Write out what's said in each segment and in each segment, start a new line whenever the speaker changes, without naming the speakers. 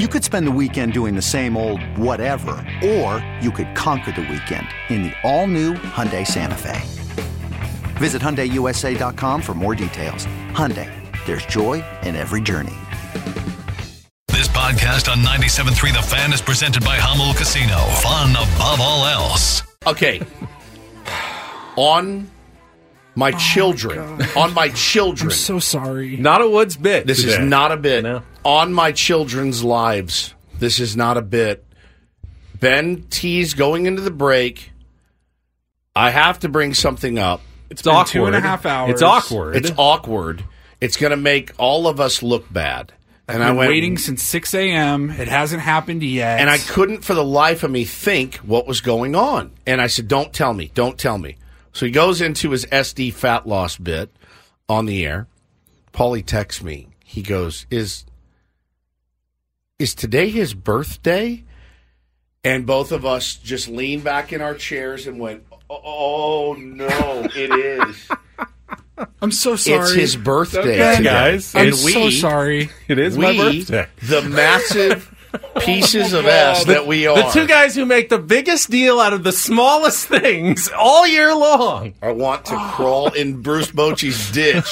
You could spend the weekend doing the same old whatever, or you could conquer the weekend in the all-new Hyundai Santa Fe. Visit HyundaiUSA.com for more details. Hyundai, there's joy in every journey.
This podcast on 97.3 The Fan is presented by Hummel Casino. Fun above all else.
Okay. on my children. on my children.
Oh I'm so sorry.
not a Woods bit. This
Today.
is not a bit.
No.
On my children's lives. This is not a bit. Ben T's going into the break. I have to bring something up.
It's,
been
awkward.
two and a half hours.
It's awkward.
It's awkward. It's going to make all of us look bad. And I
I've been
went
waiting since 6 a.m. It hasn't happened yet.
and I couldn't for the life of me think what was going on. And I said, "Don't tell me, don't tell me." So he goes into his SD fat loss bit on the air. Paulie texts me. He goes, "Is is today his birthday?" And both of us just leaned back in our chairs and went, "Oh no, it is!
I'm so sorry.
it's his birthday,
Okay.
today."
guys.
I'm
And
so
we-
sorry.
it is
we,
my birthday.
the massive pieces of ass that we are,
The two guys who make the biggest deal out of the smallest things all year long.
I want to crawl in Bruce Bochy's ditch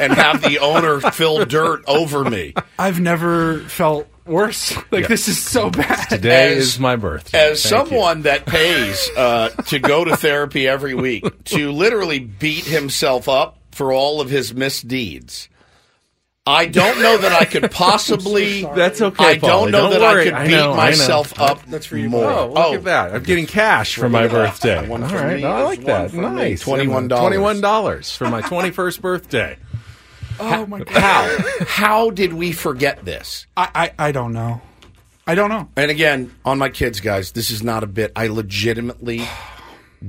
and have the owner fill dirt over me.
I've never felt worse. Like, this is so bad.
Today
As-
is my birthday.
As
Thank you.
someone that pays uh, to go to therapy every week to literally beat himself up for all of his misdeeds, I don't know that I could possibly.
That's okay,
I don't
Paulie.
know that
Don't worry.
I
I
could beat
know, I know.
myself up more.
Oh, look at that. I'm getting cash for my
at that.
birthday.
One
All
for
right.
me
I
is
like
one
that.
for me.
Nice.
$21.
$21 for my 21st birthday.
Oh, my God.
How? How did we forget this?
I, I, I don't know. I don't know.
And again, on my kids, guys, this is not a bit. I legitimately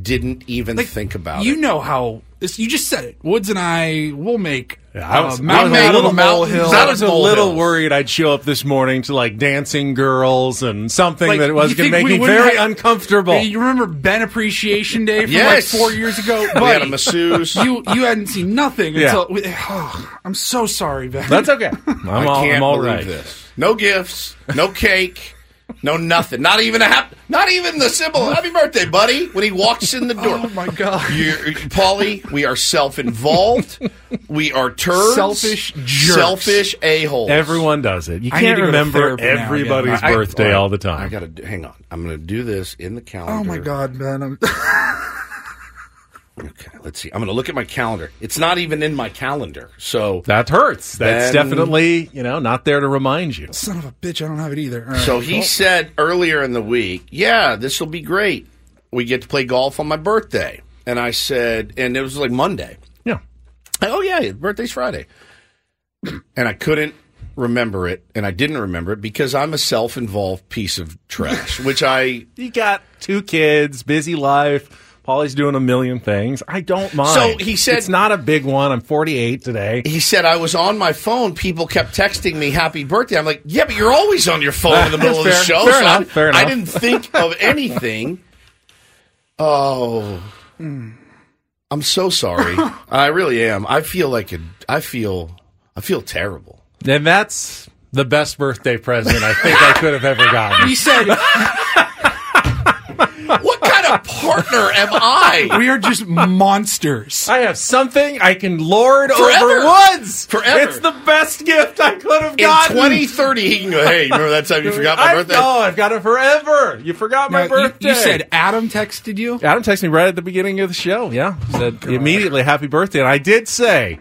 didn't even think about
you
it.
know how. This, you just said it. Woods and I will make uh,
I was,
a
I was
mountain
made
out
a
of
little,
a molehill.
I was a
Molehills.
little worried I'd show up this morning to like dancing girls and something
Like,
that was
you
going to
think
make
we
me
wouldn't
very
have-
uncomfortable.
You remember Ben Appreciation Day from
Yes.
like four years ago?
we had a
Buddy,
masseuse.
you you hadn't seen nothing
Yeah.
until. Oh, I'm so sorry, Ben.
That's okay. I'm
I
all,
can't
I'm all
believe
right.
this. No gifts, no cake, no nothing. Not even a hap- not even the symbol. Happy birthday, buddy! When he walks in the door.
Oh my God.
You're, Paulie, we are self-involved. We are turds.
Selfish jerks.
Selfish a-holes.
Everyone does it. You
I need
can't
to go to
remember
therapy now, yeah.
everybody's
I-
birthday
I-
all the
I
time.
gotta do- hang on. I'm gonna do this in the calendar.
Oh my God, man! I'm,
Okay, let's see. I'm gonna look at my calendar. It's not even in my calendar. So
That hurts. That's
Then-
definitely, you know, not there to remind you.
son of a bitch, I don't have it either. All right. Oh.
So he said earlier in the week, yeah, this will be great. We get to play golf on my birthday. And I said, and it was like Monday.
Yeah.
I- Oh, yeah, your birthday's Friday. And I couldn't remember it. And I didn't remember it because I'm a self involved piece of trash, which I.
You got two kids, busy life. Polly's doing a million things. I don't mind.
So he said-
it's not a big one. I'm 48 today.
He said, I was on my phone. People kept texting me happy birthday. I'm like, yeah, but you're always on your phone in the middle of the
Fair-
show.
fair
so I-
enough, fair
I
enough.
didn't think of anything. Oh. I'm so sorry. I really am. I feel like a, I feel, I feel terrible.
And that's the best birthday present I think I could have ever gotten.
he said
What kind of partner am I?
we are just monsters.
I have something I can lord
Forever.
over woods.
Forever.
It's the best gift I could have
In
gotten.
2030, he can go, hey, remember that time you forgot my
I-
birthday?
Oh, I've got it forever. You forgot my
Now, you-
birthday.
You, said Adam texted you.
Adam texted me right at the beginning of the show. Yeah, He said immediately happy birthday, and I did say,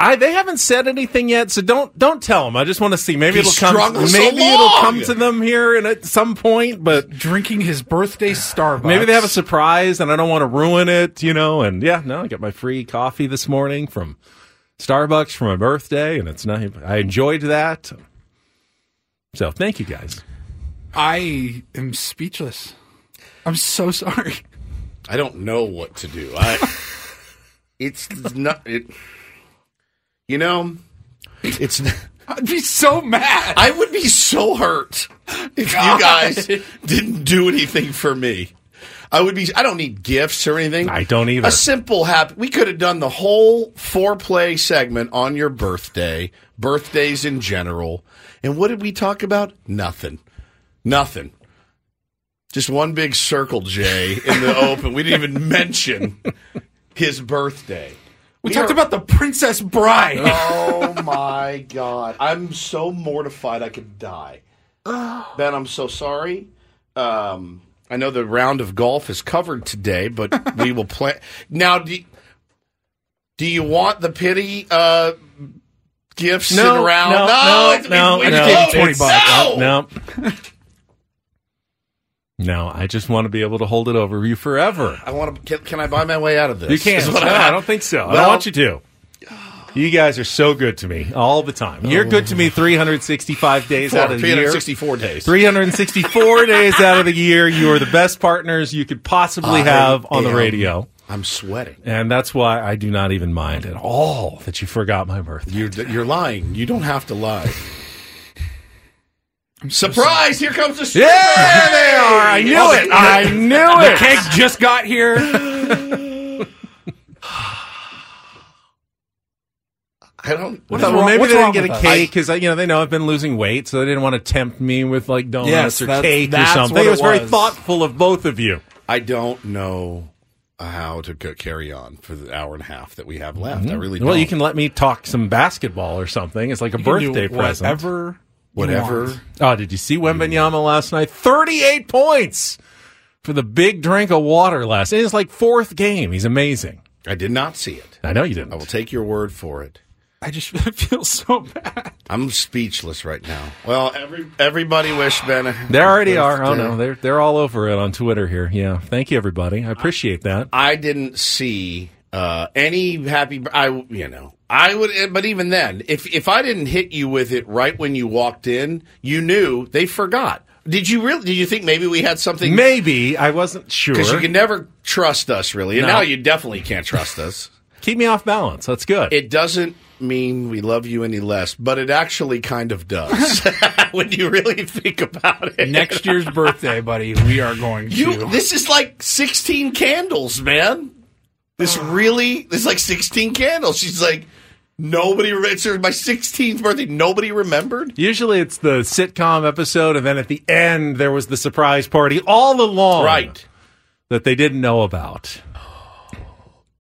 I they haven't said anything yet, so don't don't tell them. I just want to see. Maybe
He
it'll come.
strung us
Maybe it'll
along.
come to them here and at some point, but
Drinking his birthday Starbucks.
maybe they have a surprise, and I don't want to ruin it, you know. And yeah, no, I got my free coffee this morning from Starbucks for my birthday, and it's nice. I enjoyed that. So thank you guys.
I am speechless. I'm so sorry.
I don't know what to do. I it's not it. You know, it's.
I'd be so mad.
I would be so hurt if you guys didn't do anything for me. I would be. I don't need gifts or anything.
I don't either.
A simple happy. We could have done the whole foreplay segment on your birthday, birthdays in general, and what did we talk about? Nothing. Nothing. Just one big circle, Jay, in the open. We didn't even mention his birthday.
we talked about the Princess Bride.
Oh my god! I'm so mortified I could die. ben, I'm so sorry. Um, I know the round of golf is covered today, but we will play now. Do you, do you want the pity uh, gifts and round? it's- we- we-
no,
no,
it's- 20 bucks.
no!
No. No, I just want to be able to hold it over you forever.
I want to. Can, can I buy my way out of this?
You can't.
Is
No,
what
I don't think so. I don't
Well-
want you to. You guys are so good to me all the time. You're good to me 365 days
Four,
out of the year.
364 days.
364 days out of the year. You are the best partners you could possibly
I
have on the
am-
radio.
I'm sweating.
And that's why I do not even mind at all that you forgot my birthday.
You're you're lying. You don't have to lie. Surprise! Here comes the stripper.
Yeah, they are. I knew
Oh,
it.
the-
I knew
The
it.
cake just got here.
I don't.
I
What
thought,
is
well,
wrong-
maybe
what's
they
wrong
didn't get
with
a
us?
cake because you know they know I've been losing weight, so they didn't want to tempt me with like donuts
Yes,
or
that's-
cake or
that's
something.
what
it was
it
very
was.
thoughtful of both of you.
I don't know how to go- carry on for the hour and a half that we have left. I really
Mm-hmm. Well,
don't.
you can let me talk some basketball or something. It's like a birthday present.
Whatever.
whatever.
Oh, did you see Wembenyama last night? Thirty-eight points for the big drink of water last. In his like fourth game, he's amazing.
I did not see it.
I know you didn't.
I will take your word for it.
I just feel so bad.
I'm speechless right now. Well, every everybody wish Ben. a
They already
happy
are. Oh no,
birthday.
they're they're all over it on Twitter here. Yeah, thank you everybody. I appreciate that.
I didn't see uh, any happy. I you know I would, eh, but even then, if if I didn't hit you with it right when you walked in, you knew they forgot. Did you really? Did you think maybe we had something?
Maybe I wasn't sure.
Because you can never trust us, really, and
No.
now you definitely can't trust us.
Keep me off balance. That's good.
It doesn't mean we love you any less, but it actually kind of does when you really think about it.
Next year's birthday, buddy, we are going
You,
to.
this is like 16 candles, man. This really, this is like 16 candles. She's like, nobody, rem- it's my 16th birthday. Nobody remembered.
Usually it's the sitcom episode, and then at the end there was the surprise party all along,
Right.
That they didn't know about.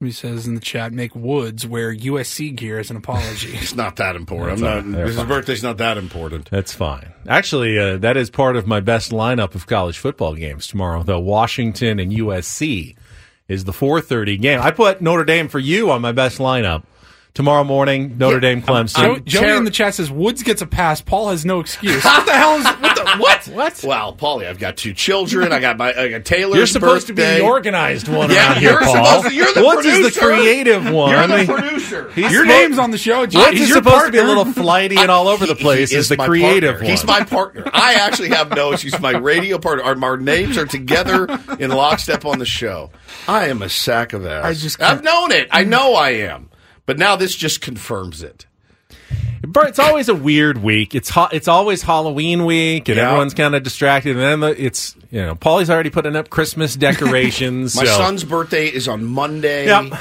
Somebody says in the chat, make Woods wear USC gear as an apology.
It's not that important.
That's all right.
I'm not,
They're
his
fine.
birthday's not that important.
That's fine. Actually, uh, that is part of my best lineup of college football games tomorrow. The Washington and USC is the 4:30 game. I put Notre Dame for you on my best lineup tomorrow morning. Notre Dame, Clemson.
Joey, Joey in the chat says Woods gets a pass. Paul has no excuse. What the hell is? What the,
what?
What?
Well, Paulie, I've got two children. I got my I got Taylor's
You're supposed to
birthday.
be the organized one
Yeah,
around here,
you're
Paul.
supposed to- you're the
Woods is the
producer.
creative one.
You're
I mean,
the producer.
he's
Your
supposed-
name's on the show, John.
Woods is
Your
supposed to be a
partner.
little flighty and all over the
He-
place.
he
is the
my
creative
partner.
one.
He's my partner. I actually have no issues. My radio partner. Our, our names are together in lockstep on the show. I am a sack of ass.
I just
I've known it. I know I am. But now this just confirms it.
Bert, it's always a weird week. It's ho- it's always Halloween week, and
Yeah.
everyone's kind of distracted. And then the, it's you know, Paulie's already putting up Christmas decorations.
My
so
son's birthday is on Monday.
Yep.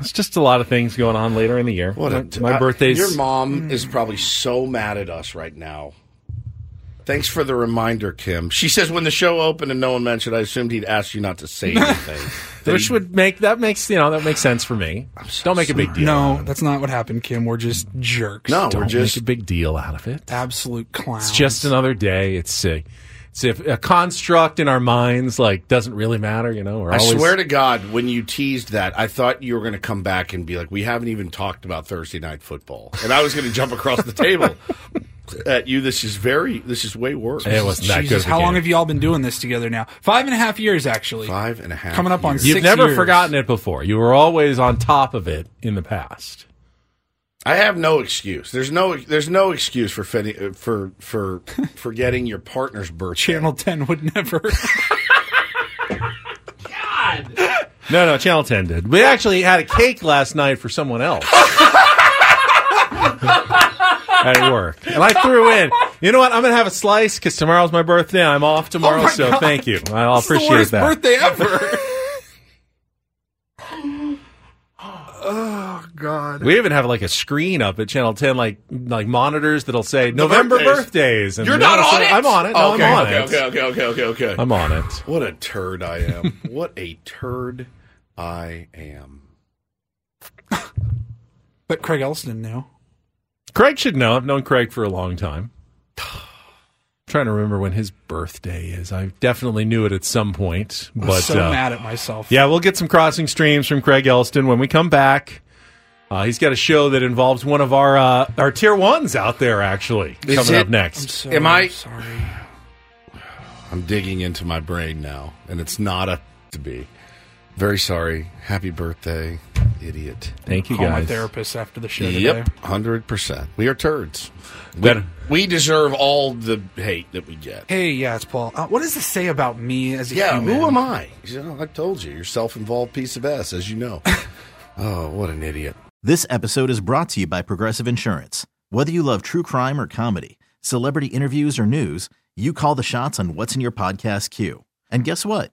it's just a lot of things going on later in the year.
What a
my, my
I-
birthday's
Your mom is probably so mad at us right now. Thanks for the reminder, Kim. She says when the show opened and no one mentioned, I assumed he'd ask you not to say anything. That
which
he-
would make that makes you know that makes sense for me. Don't make a big deal.
No, that's not what happened, Kim. We're just jerks.
no,
Don't
we're just
make a big deal out of it.
Absolute clowns.
It's just another day. It's sick. It's if a construct in our minds like doesn't really matter. You know, we're
I
always
swear to God, when you teased that, I thought you were going to come back and be like, "We haven't even talked about Thursday night football," and I was going to jump across the table at you. This is very, this is way worse.
it wasn't that good.
Jesus,
of a
how long
game.
have you all been doing this together now? Five and a half years, actually.
Five and a half.
Coming up on
years.
You've
six
never
years.
forgotten it before. You were always on top of it in the past.
I have no excuse. There's no, there's no excuse for fin- for for forgetting your partner's birthday.
Channel 10 would never.
No, no, Channel 10 did. We actually had a cake last night for someone else. At work. And I threw in, you know what? I'm going to have a slice because tomorrow's my birthday. and I'm off tomorrow,
Oh my
so
God.
thank you. I'll
It's the
appreciate
worst
that.
birthday ever. Oh,
We even have like a screen up at Channel 10, like like monitors that'll say November
birthdays.
birthdays. and
You're not
that'll
on
say-
it.
I'm on it. No,
okay,
I'm on
okay,
it.
Okay, okay, okay, okay, okay.
I'm on it.
what a turd I am. what a turd I am.
but Craig Elston knew.
Craig should know. I've known Craig for a long time. trying to remember when his birthday is. I definitely knew it at some point,
I'm
but
so
uh,
mad at myself.
yeah, we'll get some crossing streams from Craig Elston when we come back. Uh, he's got a show that involves one of our uh, our tier ones out there. Actually,
Is
coming up
it-
I'm
next.
so
Am I-
sorry.
I'm digging into my brain now, and it's not up to be. Very sorry. Happy birthday, idiot.
Thank you
Call my
guys.
therapist after the show today.
Yep, hundred percent. We are turds.
Better-
We deserve all the hate that we get.
Hey, yeah, it's Paul. Uh, what does this say about me as a
Yeah,
human?
who am I? You know, I told you, you're self-involved piece of ass, as you know. oh, what an idiot!
This episode is brought to you by Progressive Insurance. Whether you love true crime or comedy, celebrity interviews or news, you call the shots on what's in your podcast queue. And guess what?